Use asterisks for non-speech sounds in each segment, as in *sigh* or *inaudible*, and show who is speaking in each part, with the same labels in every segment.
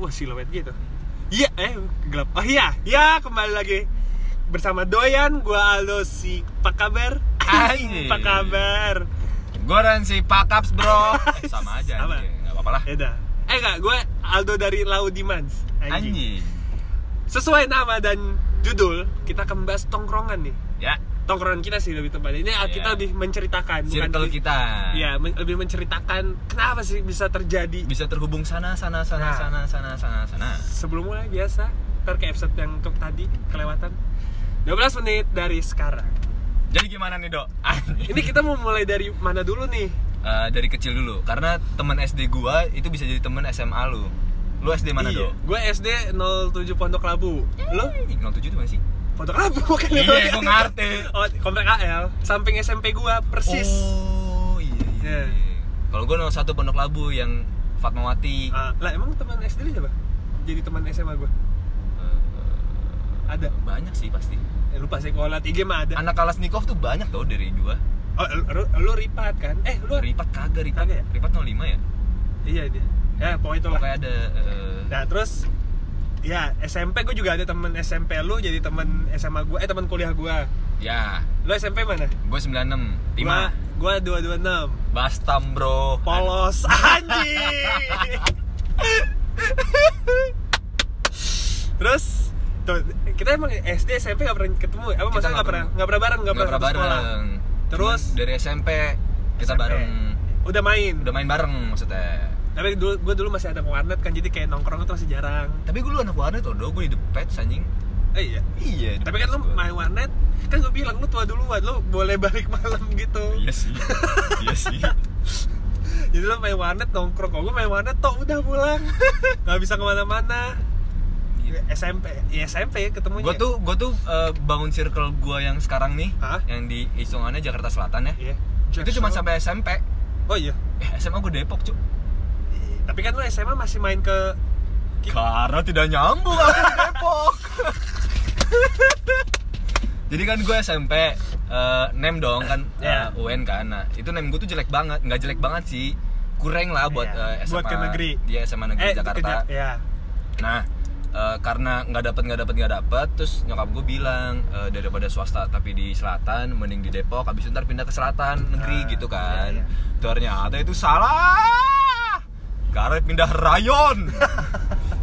Speaker 1: oh siluet gitu iya eh gelap oh iya ya kembali lagi bersama Doyan gua Aldo si apa kabar
Speaker 2: Anjing.
Speaker 1: *laughs* apa kabar
Speaker 2: Gue dan si Pakaps
Speaker 1: *laughs*
Speaker 2: bro Eh, Sama aja
Speaker 1: Sama.
Speaker 2: anjing. Gak apa-apa lah
Speaker 1: ya dah eh enggak gua Aldo dari Laudimans anjing
Speaker 2: Anjing
Speaker 1: sesuai nama dan judul kita akan membahas tongkrongan nih
Speaker 2: Ya
Speaker 1: tongkrongan kita sih lebih tepatnya ini
Speaker 2: Iya.
Speaker 1: kita lebih menceritakan
Speaker 2: Circle
Speaker 1: lebih-
Speaker 2: kita
Speaker 1: Iya, men- lebih menceritakan kenapa sih bisa terjadi
Speaker 2: Bisa terhubung sana sana sana
Speaker 1: Nah.
Speaker 2: sana sana sana sana
Speaker 1: sebelum mulai biasa ntar ke episode yang untuk tadi kelewatan 12 menit dari sekarang
Speaker 2: Jadi gimana nih dok? *laughs* Anjing.
Speaker 1: ini kita mau mulai dari mana dulu nih
Speaker 2: Eh, dari kecil dulu Karena teman SD gua itu bisa jadi teman SMA lu Lu SD mana dok?
Speaker 1: gue SD 07 Pondok Labu lo
Speaker 2: Ih, 07 itu mana sih?
Speaker 1: Pondok Labu *laughs* bukan lo
Speaker 2: Iya, gua ngerti
Speaker 1: oh komplek AL samping SMP gue persis
Speaker 2: Oh iya iya
Speaker 1: Iya.
Speaker 2: iya. Kalau gue nomor satu Pondok Labu yang Fatmawati
Speaker 1: Ah, lah emang teman SD lu siapa jadi teman SMA gue
Speaker 2: Eh,
Speaker 1: Ada?
Speaker 2: Banyak sih pasti
Speaker 1: eh, lupa sekolah IG mah ada
Speaker 2: Anak Kalasnikov tuh banyak tau dari gua
Speaker 1: oh, lu, lu ripat kan eh lu
Speaker 2: Ripat kagak, Ripat
Speaker 1: Kagak ya?
Speaker 2: Ripat 05 ya?
Speaker 1: iya dia ya pokoknya itulah
Speaker 2: Pokoknya ada eh,
Speaker 1: Nah terus ya SMP gue juga ada temen SMP lu jadi temen SMA gue eh temen kuliah gue.
Speaker 2: Ya,
Speaker 1: Lo SMP mana?
Speaker 2: gue 96 Tima
Speaker 1: Gue 226
Speaker 2: Bastam bro *laughs*
Speaker 1: Polos anjing. terus tuh, kita emang SD SMP gak pernah ketemu ya? apa
Speaker 2: Kita
Speaker 1: maksudnya
Speaker 2: nggak
Speaker 1: gak pernah
Speaker 2: pernah.
Speaker 1: nggak pernah bareng
Speaker 2: Nggak
Speaker 1: nggak pernah
Speaker 2: pernah
Speaker 1: satu sekolah
Speaker 2: bareng
Speaker 1: Terus?
Speaker 2: Cuman Dari SMP Kita
Speaker 1: SMP.
Speaker 2: bareng
Speaker 1: udah main
Speaker 2: Udah main bareng maksudnya
Speaker 1: tapi dulu gue dulu masih ada ke warnet kan jadi kayak nongkrong itu masih jarang
Speaker 2: Tapi gue lu anak warnet tuh, gue di depet anjing
Speaker 1: eh, iya
Speaker 2: Iya
Speaker 1: tapi kan lo main warnet kan gue bilang lo tua duluan lo boleh balik *laughs* malam gitu
Speaker 2: Iya
Speaker 1: *laughs*
Speaker 2: sih Iya sih
Speaker 1: jadi lo main warnet nongkrong kalau gue main warnet toh udah pulang *laughs* nggak bisa kemana-mana SMP ya SMP ketemunya
Speaker 2: Gue Iya. tuh, gue tuh eh, bangun circle gue yang sekarang nih
Speaker 1: Hah?
Speaker 2: Yang di hitungannya Jakarta Selatan ya
Speaker 1: Iya.
Speaker 2: Itu cuma sampai SMP
Speaker 1: oh iya
Speaker 2: Eh, SMA gue Depok cu
Speaker 1: tapi kan lo SMA masih main ke Ki-
Speaker 2: Karena tidak nyambung aku di Depok. Jadi kan gue SMP eh, nem dong kan eh,
Speaker 1: Iya.
Speaker 2: UN kan. Nah, itu nem gue tuh jelek banget, nggak jelek banget sih. Kurang lah buat eh,
Speaker 1: Iya.
Speaker 2: SMA
Speaker 1: Buat ke negeri.
Speaker 2: Iya, SMA negeri
Speaker 1: eh
Speaker 2: Jakarta.
Speaker 1: ke Ja- ya
Speaker 2: Nah, eh, karena nggak dapet nggak dapet nggak dapet, terus nyokap gue bilang eh, daripada swasta tapi di selatan, mending di Depok. Habis itu ntar pindah ke selatan negeri
Speaker 1: Ah,
Speaker 2: gitu kan.
Speaker 1: iya,
Speaker 2: Ternyata itu salah. Karena pindah
Speaker 1: *laughs*
Speaker 2: rayon.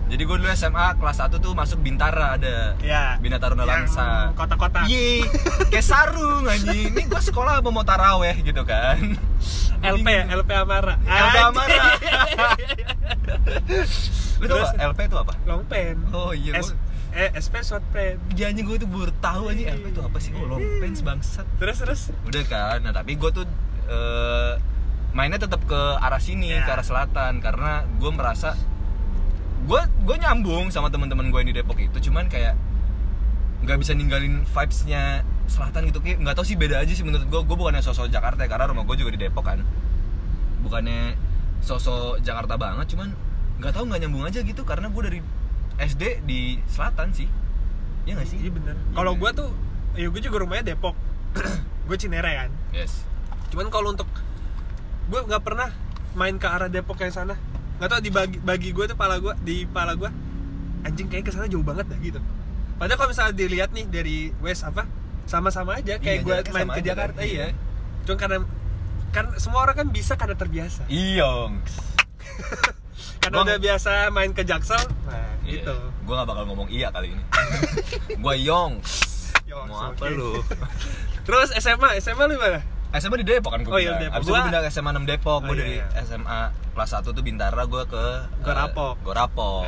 Speaker 2: Jadi gue dulu SMA kelas 1 tuh masuk Bintara ada.
Speaker 1: ya
Speaker 2: Bina Taruna
Speaker 1: Yang
Speaker 2: Langsa. Iya,
Speaker 1: kota-kota
Speaker 2: Ye, kayak sarung anjing. Ini gue sekolah apa mau taraweh gitu kan.
Speaker 1: LP ya LP Amara
Speaker 2: LP Amara.
Speaker 1: Anjing.
Speaker 2: Lu tau
Speaker 1: Terus-
Speaker 2: nggak LP itu apa?
Speaker 1: long pen
Speaker 2: Oh iya.
Speaker 1: S
Speaker 2: gua-
Speaker 1: eh SP short pen
Speaker 2: Ya anjing gue tuh baru tahu aja LP itu apa sih? Oh, long pants bangsat.
Speaker 1: terus terus
Speaker 2: Udah kan. Nah, tapi gue tuh eh, mainnya tetap ke arah sini,
Speaker 1: Ya.
Speaker 2: ke arah selatan karena gue merasa gue gue nyambung sama teman-teman gue yang di Depok itu, cuman kayak nggak bisa ninggalin vibes-nya selatan gitu kayak nggak tahu sih beda aja sih menurut gue gue bukannya sosok Jakarta ya karena rumah gue juga di Depok kan bukannya sosok Jakarta banget cuman nggak tahu nggak nyambung aja gitu karena gue dari SD di selatan sih ya nggak sih
Speaker 1: iya bener
Speaker 2: Iya.
Speaker 1: kalau gue tuh ya gue juga rumahnya Depok *clears throat* gue Cinere kan
Speaker 2: yes
Speaker 1: cuman kalau untuk gue nggak pernah main ke arah Depok yang sana nggak tau dibagi bagi gue tuh pala gue di pala gue anjing kayaknya ke sana jauh banget dah gitu padahal kalau misalnya dilihat nih dari West apa sama-sama aja
Speaker 2: Iya,
Speaker 1: kayak gue
Speaker 2: jaraknya
Speaker 1: main
Speaker 2: sama
Speaker 1: ke
Speaker 2: aja kan?
Speaker 1: Jakarta
Speaker 2: Iya.
Speaker 1: iya cuma karena kan semua orang kan bisa karena terbiasa
Speaker 2: Iya. Iyongs
Speaker 1: karena
Speaker 2: Gua-
Speaker 1: udah biasa main ke Jaksel nah gitu
Speaker 2: Gue gak Iya. bakal ngomong iya kali ini. *laughs* gue yongs.
Speaker 1: Yo,
Speaker 2: Mau apa
Speaker 1: oke.
Speaker 2: lu?
Speaker 1: terus SMA SMA lu mana
Speaker 2: SMA di Depok kan gue
Speaker 1: Oh, iya, Depok.
Speaker 2: Abis itu gua
Speaker 1: Gua-
Speaker 2: pindah ke SMA 6 Depok. Gue
Speaker 1: Oh, iya,
Speaker 2: dari
Speaker 1: iya.
Speaker 2: SMA kelas 1 tuh Bintara gue ke... eh,
Speaker 1: Gorapok.
Speaker 2: Gorapok.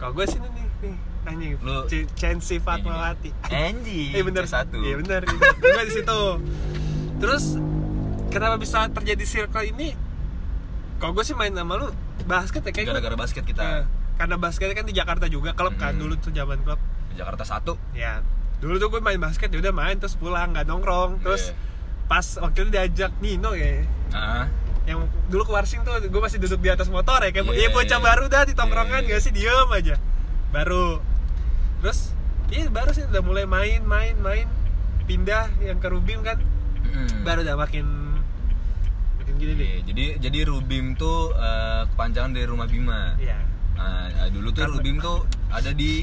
Speaker 1: kalau gue sini nih nih anjing lu
Speaker 2: Oh. Lu-
Speaker 1: Chensi Fatmawati
Speaker 2: Anji.
Speaker 1: Iya bener
Speaker 2: Satu.
Speaker 1: Iya bener. bener. Gua di situ. Terus kenapa bisa terjadi circle ini? Kalau gue sih main sama lu basket ya kayak
Speaker 2: Gara-gara basket
Speaker 1: Iya.
Speaker 2: kita.
Speaker 1: karena basketnya kan di Jakarta juga klub kan
Speaker 2: Mm.
Speaker 1: dulu tuh zaman klub.
Speaker 2: Jakarta 1.
Speaker 1: Ya. Dulu tuh gue main basket ya udah main terus pulang nggak
Speaker 2: Iya.
Speaker 1: nongkrong terus pas waktu itu diajak Nino ya
Speaker 2: Nah,
Speaker 1: yang dulu ke Warsing tuh gue masih duduk di atas motor ya kayak
Speaker 2: Iya,
Speaker 1: iya bocah
Speaker 2: iya.
Speaker 1: baru dah di tongkrongan
Speaker 2: Iya.
Speaker 1: gak sih diem aja baru terus iya baru sih udah mulai main main main pindah yang ke Rubim kan
Speaker 2: mm.
Speaker 1: baru udah makin makin gini deh
Speaker 2: Iya, jadi jadi Rubim tuh eh, kepanjangan dari Rumah Bima.
Speaker 1: iya
Speaker 2: Nah, ya, dulu tuh
Speaker 1: Karena-
Speaker 2: Lubim tuh ada di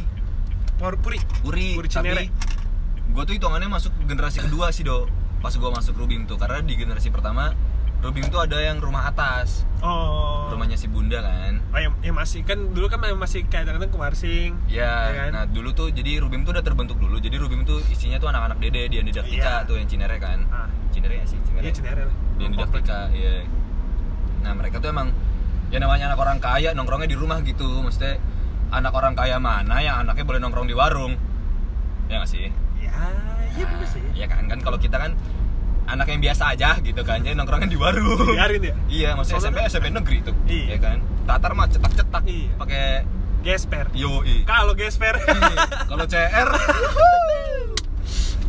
Speaker 1: Power Puri.
Speaker 2: Uri,
Speaker 1: Uri
Speaker 2: tapi
Speaker 1: Cinere.
Speaker 2: gue tuh hitungannya masuk generasi kedua sih do pas gue masuk Rubim tuh karena di generasi pertama Rubim tuh ada yang rumah atas
Speaker 1: Oh.
Speaker 2: rumahnya si bunda kan
Speaker 1: Oh, yang, yang masih kan dulu kan masih kadang-kadang ke Warsing.
Speaker 2: Ya,
Speaker 1: Ya kan?
Speaker 2: nah dulu tuh jadi Rubim tuh udah terbentuk dulu. Jadi Rubim tuh isinya tuh anak-anak dede di Didaktika
Speaker 1: Iya.
Speaker 2: tuh yang Cinere kan.
Speaker 1: Ah.
Speaker 2: Cinere ya sih, Cinere.
Speaker 1: Iya Cinere lah.
Speaker 2: Yang Didaktika, iya. Nah, mereka tuh emang ya namanya anak orang kaya nongkrongnya di rumah gitu. Maksudnya anak orang kaya mana yang anaknya boleh nongkrong di warung? Ya nggak sih?
Speaker 1: Ya, iya bener sih.
Speaker 2: Iya kan? Kan kalau kita kan anak yang biasa aja gitu kan. Jadi nongkrongnya di warung.
Speaker 1: Biarin ya.
Speaker 2: Iya, maksudnya SMP
Speaker 1: Soalnya-
Speaker 2: SMP negeri tuh. Ya
Speaker 1: Iya.
Speaker 2: kan? Tatar mah cetak-cetak
Speaker 1: Iya.
Speaker 2: pakai *laughs*
Speaker 1: Gesper.
Speaker 2: yoi.
Speaker 1: Kalau gesper *laughs*
Speaker 2: Kalau CR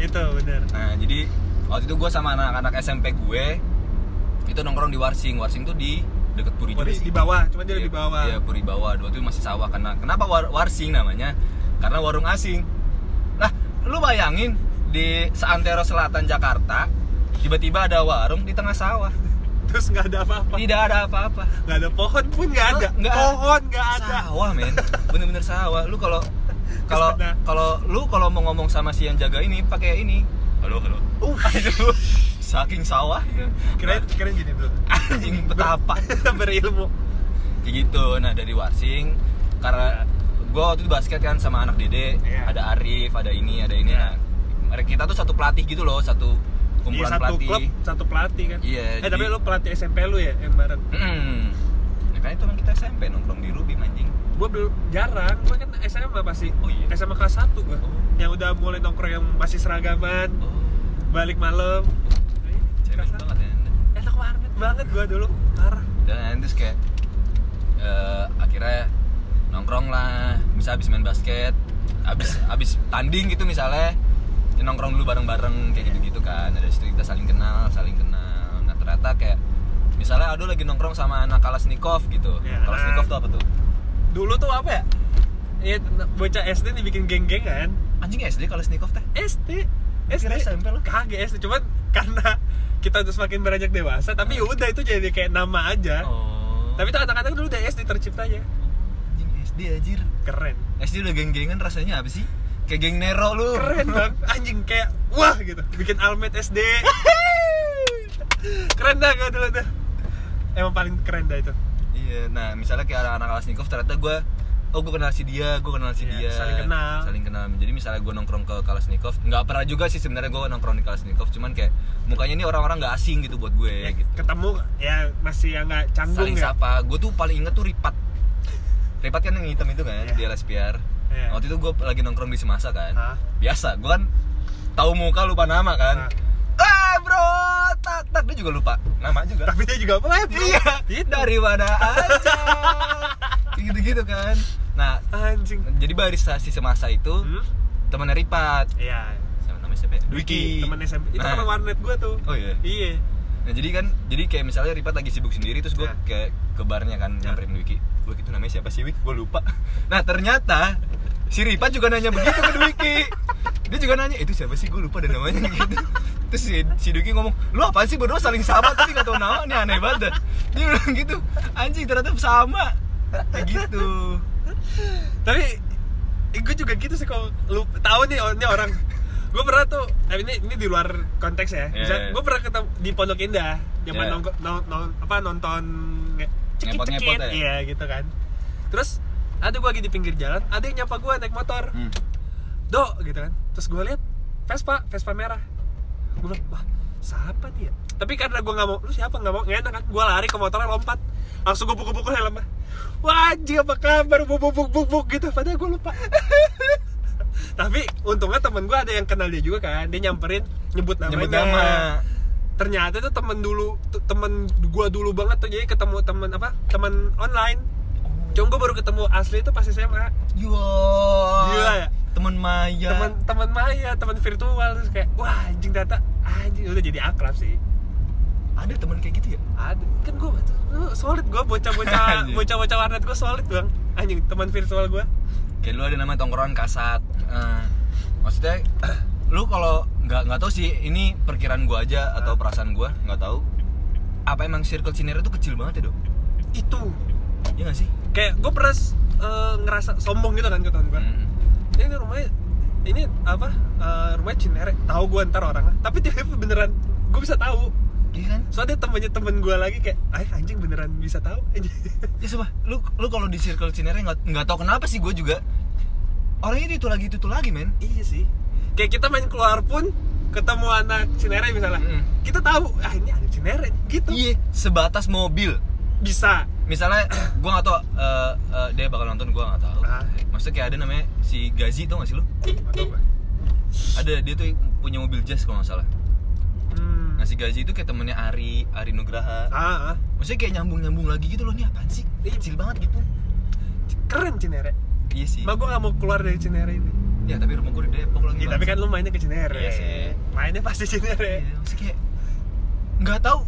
Speaker 1: itu bener.
Speaker 2: Nah jadi waktu itu gue sama anak-anak SMP gue itu nongkrong di Warsing. Warsing tuh di deket Puri juga.
Speaker 1: Puri di bawah, cuma dia
Speaker 2: Iya,
Speaker 1: di bawah.
Speaker 2: Iya Puri bawah. Dua tuh masih sawah. Karena kenapa war- Warsing namanya? Karena warung asing. Lah lu bayangin di seantero selatan Jakarta tiba-tiba ada warung di tengah sawah.
Speaker 1: Terus nggak ada apa-apa.
Speaker 2: Tidak ada apa-apa.
Speaker 1: Nggak ada pohon pun nggak ada.
Speaker 2: Nggak ada.
Speaker 1: pohon nggak ada.
Speaker 2: Sawah men. Bener-bener sawah. Lu
Speaker 1: *laughs*
Speaker 2: kalau kalau
Speaker 1: Kesana.
Speaker 2: kalau lu kalau mau ngomong sama si yang jaga ini pakai ini. Halo halo.
Speaker 1: Uh,
Speaker 2: Aduh, saking sawah.
Speaker 1: Iya. keren keren gini bro.
Speaker 2: *laughs* anjing betapa
Speaker 1: *laughs* Berilmu.
Speaker 2: kayak gitu nah dari Warsing karena gue waktu itu basket kan sama anak dede
Speaker 1: Iya.
Speaker 2: ada Arif ada ini ada ini nah
Speaker 1: Iya.
Speaker 2: mereka kita tuh satu pelatih gitu loh satu
Speaker 1: Iya
Speaker 2: kumpulan
Speaker 1: satu
Speaker 2: pelatih
Speaker 1: klub, satu pelatih kan.
Speaker 2: Iya,
Speaker 1: Eh
Speaker 2: jadi-
Speaker 1: tapi lu pelatih SMP lu ya yang bareng.
Speaker 2: Mm-mm. nah, kan itu kan kita SMP nongkrong di Ruby anjing
Speaker 1: Gua belum jarang, gua kan SMA pasti.
Speaker 2: Oh iya.
Speaker 1: SMA kelas 1 gua.
Speaker 2: Oh.
Speaker 1: Yang udah mulai nongkrong yang masih seragaman,
Speaker 2: oh
Speaker 1: balik malam.
Speaker 2: cemen
Speaker 1: Kelas satu.
Speaker 2: Nah, banget ya Anda.
Speaker 1: Enak warnet banget gua dulu. Parah.
Speaker 2: dan terus kayak eh, akhirnya nongkrong lah bisa habis main basket habis habis tanding gitu misalnya ya nongkrong dulu bareng-bareng kayak gitu-gitu kan ada situ kita saling kenal saling kenal nah ternyata kayak misalnya aduh lagi nongkrong sama anak Kalasnikov gitu
Speaker 1: Ya.
Speaker 2: Kalasnikov tuh apa tuh
Speaker 1: Dulu tuh apa ya? Ya bocah SD dibikin geng-gengan.
Speaker 2: anjing ya, SD Kalasnikov teh
Speaker 1: SD SD
Speaker 2: Kira SMP lu.
Speaker 1: kagak SD cuman karena kita udah semakin beranjak dewasa tapi udah itu jadi kayak nama
Speaker 2: Ah.
Speaker 1: aja
Speaker 2: oh
Speaker 1: tapi itu anak-anak dulu udah SD terciptanya
Speaker 2: anjing SD anjir
Speaker 1: keren
Speaker 2: SD udah geng-gengan rasanya apa sih kayak geng Nero lu
Speaker 1: keren
Speaker 2: *laughs*
Speaker 1: bang anjing kayak wah gitu bikin almet SD keren dah gue dulu tuh emang paling keren dah itu
Speaker 2: Iya, nah misalnya kayak anak-anak Kalasnikov ternyata gue Oh gue kenal si dia, gue kenal si
Speaker 1: Iya,
Speaker 2: dia
Speaker 1: saling kenal.
Speaker 2: Saling kenal, jadi misalnya gue nongkrong ke Kalasnikov Nggak pernah juga sih sebenarnya gue nongkrong di Kalasnikov Cuman kayak mukanya ini orang-orang nggak asing gitu buat gue
Speaker 1: ya,
Speaker 2: gitu
Speaker 1: ketemu ya masih yang nggak canggung
Speaker 2: Saling
Speaker 1: ya
Speaker 2: sapa, gue tuh paling inget tuh Ripat Ripat kan yang hitam itu kan,
Speaker 1: Iya.
Speaker 2: di LSPR
Speaker 1: Iya.
Speaker 2: Waktu itu gue lagi nongkrong di Semasa kan
Speaker 1: Hah?
Speaker 2: Biasa, gue kan tahu muka lupa nama kan
Speaker 1: Hah.
Speaker 2: Ah bro, tak, tak, dia juga lupa Nama juga
Speaker 1: tapi dia juga apa
Speaker 2: iya dari mana aja gitu gitu kan nah
Speaker 1: anjing
Speaker 2: jadi barista si semasa itu
Speaker 1: hmm?
Speaker 2: temannya Ripat
Speaker 1: iya
Speaker 2: sama namanya siapa ya? Dwiki
Speaker 1: temen SMP itu
Speaker 2: Nah.
Speaker 1: teman warnet gue tuh
Speaker 2: oh iya
Speaker 1: iya
Speaker 2: nah jadi kan jadi kayak misalnya Ripat lagi sibuk sendiri terus gue
Speaker 1: Nah.
Speaker 2: ke ke barnya kan
Speaker 1: Nah.
Speaker 2: nyamperin Dwiki Dwiki itu namanya siapa sih Wik gue lupa *laughs* nah ternyata si Ripat juga nanya begitu ke Dwiki dia juga nanya itu siapa sih gue lupa dan namanya *laughs* gitu terus si, si Dwiki ngomong lu apa sih berdua saling sama tapi gak tau nama ini aneh banget dah." dia bilang gitu anjing ternyata sama kayak gitu
Speaker 1: tapi gue juga gitu sih kalau lu tahu nih oh, ini orang gue pernah tuh tapi ini ini di luar konteks ya
Speaker 2: Iya, iya.
Speaker 1: gue pernah ketemu di Pondok Indah zaman
Speaker 2: Iya.
Speaker 1: nongko- nong- nong- apa nonton nge-
Speaker 2: Ngepot-ngepot ya?
Speaker 1: cekit-cekit iya gitu kan terus ada gue lagi di pinggir jalan ada yang nyapa gue naik motor
Speaker 2: Hmm.
Speaker 1: do gitu kan terus gue lihat Vespa Vespa merah gue bilang wah siapa dia tapi karena gue nggak mau lu siapa nggak mau nggak enak kan gue lari ke motornya lompat langsung gue pukul-pukul helmnya wah anjing apa kabar buk buk buk buk, buk, gitu padahal gue lupa *laughs* tapi untungnya temen gue ada yang kenal dia juga kan dia nyamperin nyebut namanya
Speaker 2: nyebut nama
Speaker 1: ternyata itu temen dulu t- temen gue dulu banget tuh jadi ketemu temen apa temen online
Speaker 2: Oh.
Speaker 1: cuma gue baru ketemu asli itu pas SMA
Speaker 2: Yo,
Speaker 1: Gila ya?
Speaker 2: teman Maya.
Speaker 1: teman teman maya teman ya, virtual terus kayak wah anjing data anjing udah jadi akrab sih
Speaker 2: Ada teman kayak gitu ya?
Speaker 1: ada kan gue solid gue bocah bocah
Speaker 2: *laughs* Anjing.
Speaker 1: bocah bocah warnet gue solid bang anjing teman virtual gue
Speaker 2: kayak lu ada nama tongkrongan kasat Eh, maksudnya *clears throat* lu kalau nggak nggak tahu sih ini perkiraan gua aja atau perasaan gua nggak tahu apa emang circle Cinere tuh kecil banget ya dok
Speaker 1: itu
Speaker 2: Iya nggak sih?
Speaker 1: kayak gue pernah eh, ngerasa sombong gitu kan ke teman gue
Speaker 2: Hmm.
Speaker 1: ini rumahnya ini apa eh, rumahnya Cinere tahu gue ntar orangnya tapi tiba-tiba beneran gue bisa tahu
Speaker 2: Iya kan?
Speaker 1: soalnya temennya temen gue lagi kayak "Ay, anjing beneran bisa tahu *laughs*
Speaker 2: Ya sumpah, lu lu kalau di circle Cinere nggak nggak tahu kenapa sih gue juga orangnya itu lagi itu lagi men.
Speaker 1: iya sih kayak kita main keluar pun ketemu anak Cinere misalnya
Speaker 2: Mm.
Speaker 1: kita tahu ah ini anak Cinere nih," gitu
Speaker 2: Iya, sebatas mobil.
Speaker 1: bisa
Speaker 2: Misalnya *clears throat* gue nggak tahu eh, eh, dia bakal nonton gue nggak tahu.
Speaker 1: Ah.
Speaker 2: Maksudnya kayak ada namanya si Gazi tau gak sih lu?
Speaker 1: atau apa
Speaker 2: Ada dia tuh punya mobil jazz kalau nggak salah.
Speaker 1: hmm.
Speaker 2: Nah si Gazi itu kayak temennya Ari, Ari Nugraha.
Speaker 1: ah, ah.
Speaker 2: Maksudnya kayak nyambung-nyambung lagi gitu loh, ini apaan sih?
Speaker 1: Iya.
Speaker 2: Ini kecil banget gitu.
Speaker 1: keren Cinere
Speaker 2: Iya sih.
Speaker 1: Mak gue gak mau keluar dari Cinere ini
Speaker 2: Ya tapi rumah gue di Depok lagi.
Speaker 1: Iya, tapi kan lu mainnya ke Cinere
Speaker 2: Iya sih.
Speaker 1: Mainnya pasti Cinere
Speaker 2: Iya, maksudnya kayak nggak tahu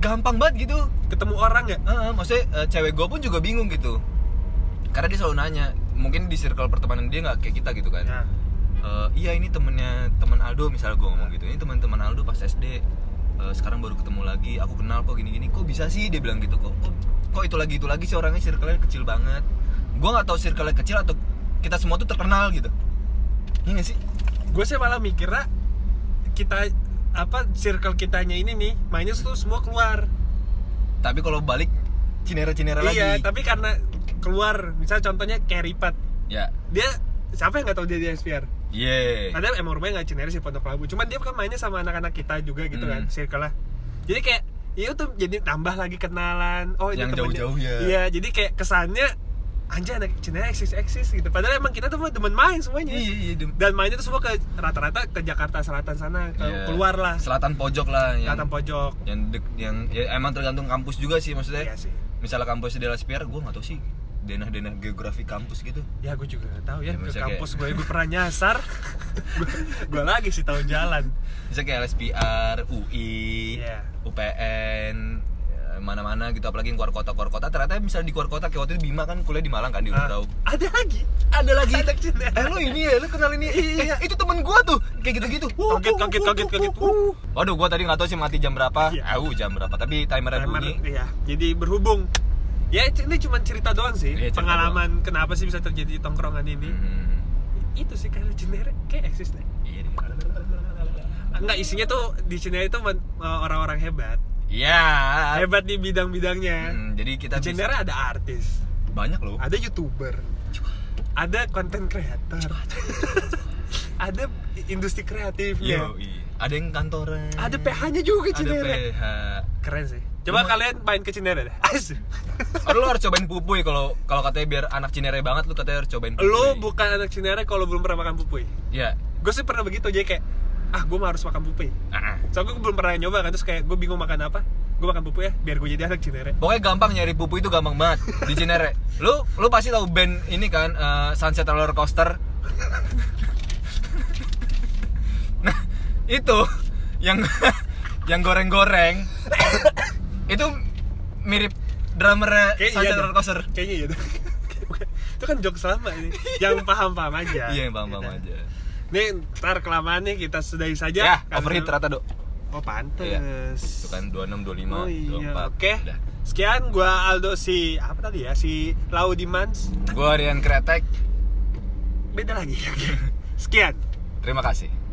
Speaker 2: gampang banget gitu.
Speaker 1: Ketemu orang gak?
Speaker 2: Heeh, maksudnya eh, cewek gue pun juga bingung gitu. Karena dia selalu nanya, mungkin di circle pertemanan dia nggak kayak kita gitu kan.
Speaker 1: Nah,
Speaker 2: Eh, iya ini temennya teman Aldo misalnya gue ngomong gitu ini teman-teman Aldo pas SD eh, sekarang baru ketemu lagi aku kenal kok gini-gini kok bisa sih dia bilang gitu kok kok, kok itu lagi itu lagi sih orangnya circle-nya kecil banget gue nggak tahu circle-nya kecil atau kita semua tuh terkenal gitu iya gak sih
Speaker 1: gue sih malah mikirnya kita apa circle kitanya ini nih mainnya tuh semua keluar
Speaker 2: tapi kalau balik cinera-cinera lagi
Speaker 1: iya tapi karena keluar misalnya contohnya kayak Ripat
Speaker 2: ya iya.
Speaker 1: dia siapa yang nggak tahu dia di SPR
Speaker 2: yeay
Speaker 1: padahal emang rumahnya nggak Cinere sih Pondok Labu cuman dia kan mainnya sama anak-anak kita juga gitu kan
Speaker 2: Hmm.
Speaker 1: circle lah jadi kayak Iya tuh jadi tambah lagi kenalan. Oh, ini
Speaker 2: Yang
Speaker 1: temennya.
Speaker 2: jauh-jauh ya.
Speaker 1: Iya, jadi kayak kesannya anjay anak Cinere eksis eksis gitu. Padahal emang kita tuh teman main semuanya.
Speaker 2: iya iya dem-
Speaker 1: Dan mainnya tuh semua ke rata-rata ke Jakarta Selatan sana, ke-
Speaker 2: Iya.
Speaker 1: keluar lah,
Speaker 2: selatan pojok lah yang
Speaker 1: Selatan pojok.
Speaker 2: yang dek- yang ya, emang tergantung kampus juga sih maksudnya
Speaker 1: Iya sih.
Speaker 2: misalnya kampus di Laspiar gue nggak tahu sih denah-denah geografi kampus gitu
Speaker 1: Ya gue juga gak tahu
Speaker 2: Ya,
Speaker 1: ya, ke
Speaker 2: maksudnya
Speaker 1: kampus gue gue pernah
Speaker 2: *laughs*
Speaker 1: nyasar. gue lagi sih tahu jalan.
Speaker 2: bisa kayak LSPR, UI,
Speaker 1: Iya.
Speaker 2: UPN, ya, mana-mana gitu apalagi yang keluar kota keluar kota ternyata misalnya di keluar kota kayak waktu itu Bima kan kuliah di Malang kan di
Speaker 1: Ah,
Speaker 2: Uluntau
Speaker 1: ada lagi.
Speaker 2: ada lagi
Speaker 1: Anak Cinere.
Speaker 2: eh lu ini ya lu kenal ini iya itu temen gua tuh kayak gitu gitu
Speaker 1: Kaget, kaget, kaget, kaget. Uh.
Speaker 2: waduh gua tadi nggak tahu sih mati jam berapa
Speaker 1: Iya.
Speaker 2: au jam berapa tapi timernya
Speaker 1: Timer,
Speaker 2: bunyi
Speaker 1: iya. Jadi berhubung Ya ini cuma cerita doang sih,
Speaker 2: Iya, cerita
Speaker 1: pengalaman kenapa sih bisa terjadi tongkrongan ini.
Speaker 2: Hmm,
Speaker 1: Itu sih karena Cinere kayak eksis deh.
Speaker 2: iya deh.
Speaker 1: Enggak isinya tuh di Cinere itu men- e, orang-orang hebat,
Speaker 2: iya
Speaker 1: hebat di bidang-bidangnya.
Speaker 2: Hmm, jadi kita bisa-
Speaker 1: Di Cinere ada artis,
Speaker 2: banyak loh
Speaker 1: ada youtuber ada konten kreator *laughs* ada industri kreatifnya
Speaker 2: Yoi. ada yang kantoran
Speaker 1: Iya. ada PH nya juga
Speaker 2: ada
Speaker 1: Cinere
Speaker 2: PH
Speaker 1: keren sih coba
Speaker 2: Cuma-
Speaker 1: kalian main ke Cinere
Speaker 2: *laughs*
Speaker 1: deh Asik.
Speaker 2: Aduh, lu harus cobain pupuy kalau kalau katanya biar anak Cinere banget lu katanya harus cobain pupuy.
Speaker 1: lo bukan anak Cinere kalau belum pernah makan pupuy
Speaker 2: Iya.
Speaker 1: gue sih pernah begitu jadi kayak ah gue harus makan pupuy
Speaker 2: Ah.
Speaker 1: soalnya gue belum pernah nyoba kan terus kayak gue bingung makan apa gue makan pupuy ya biar gue jadi anak Cinere
Speaker 2: Pokoknya gampang nyari pupuy itu gampang banget di Cinere. Lu lu pasti tahu band ini kan eh, Sunset Roller Coaster. nah, itu yang yang goreng-goreng itu mirip drummer Sunset
Speaker 1: Kayak iya deh.
Speaker 2: Roller Coaster.
Speaker 1: kayaknya gitu *laughs* itu kan joke selama ini yang paham paham aja
Speaker 2: *laughs* Iya, bang-bang
Speaker 1: Gitu.
Speaker 2: aja.
Speaker 1: Nih, ntar kelamaan nih kita
Speaker 2: Ya,
Speaker 1: sudahi saja. Karena-
Speaker 2: overheat ternyata, Dok.
Speaker 1: Oh, pantes.
Speaker 2: Iya. Itu kan 26 25
Speaker 1: oh iya.
Speaker 2: 24.
Speaker 1: Oke.
Speaker 2: Udah.
Speaker 1: Sekian gua Aldo si apa tadi ya? Si Laudimans.
Speaker 2: Gua Rian Kretek.
Speaker 1: Beda lagi. *laughs* Oke. Sekian.
Speaker 2: Terima kasih.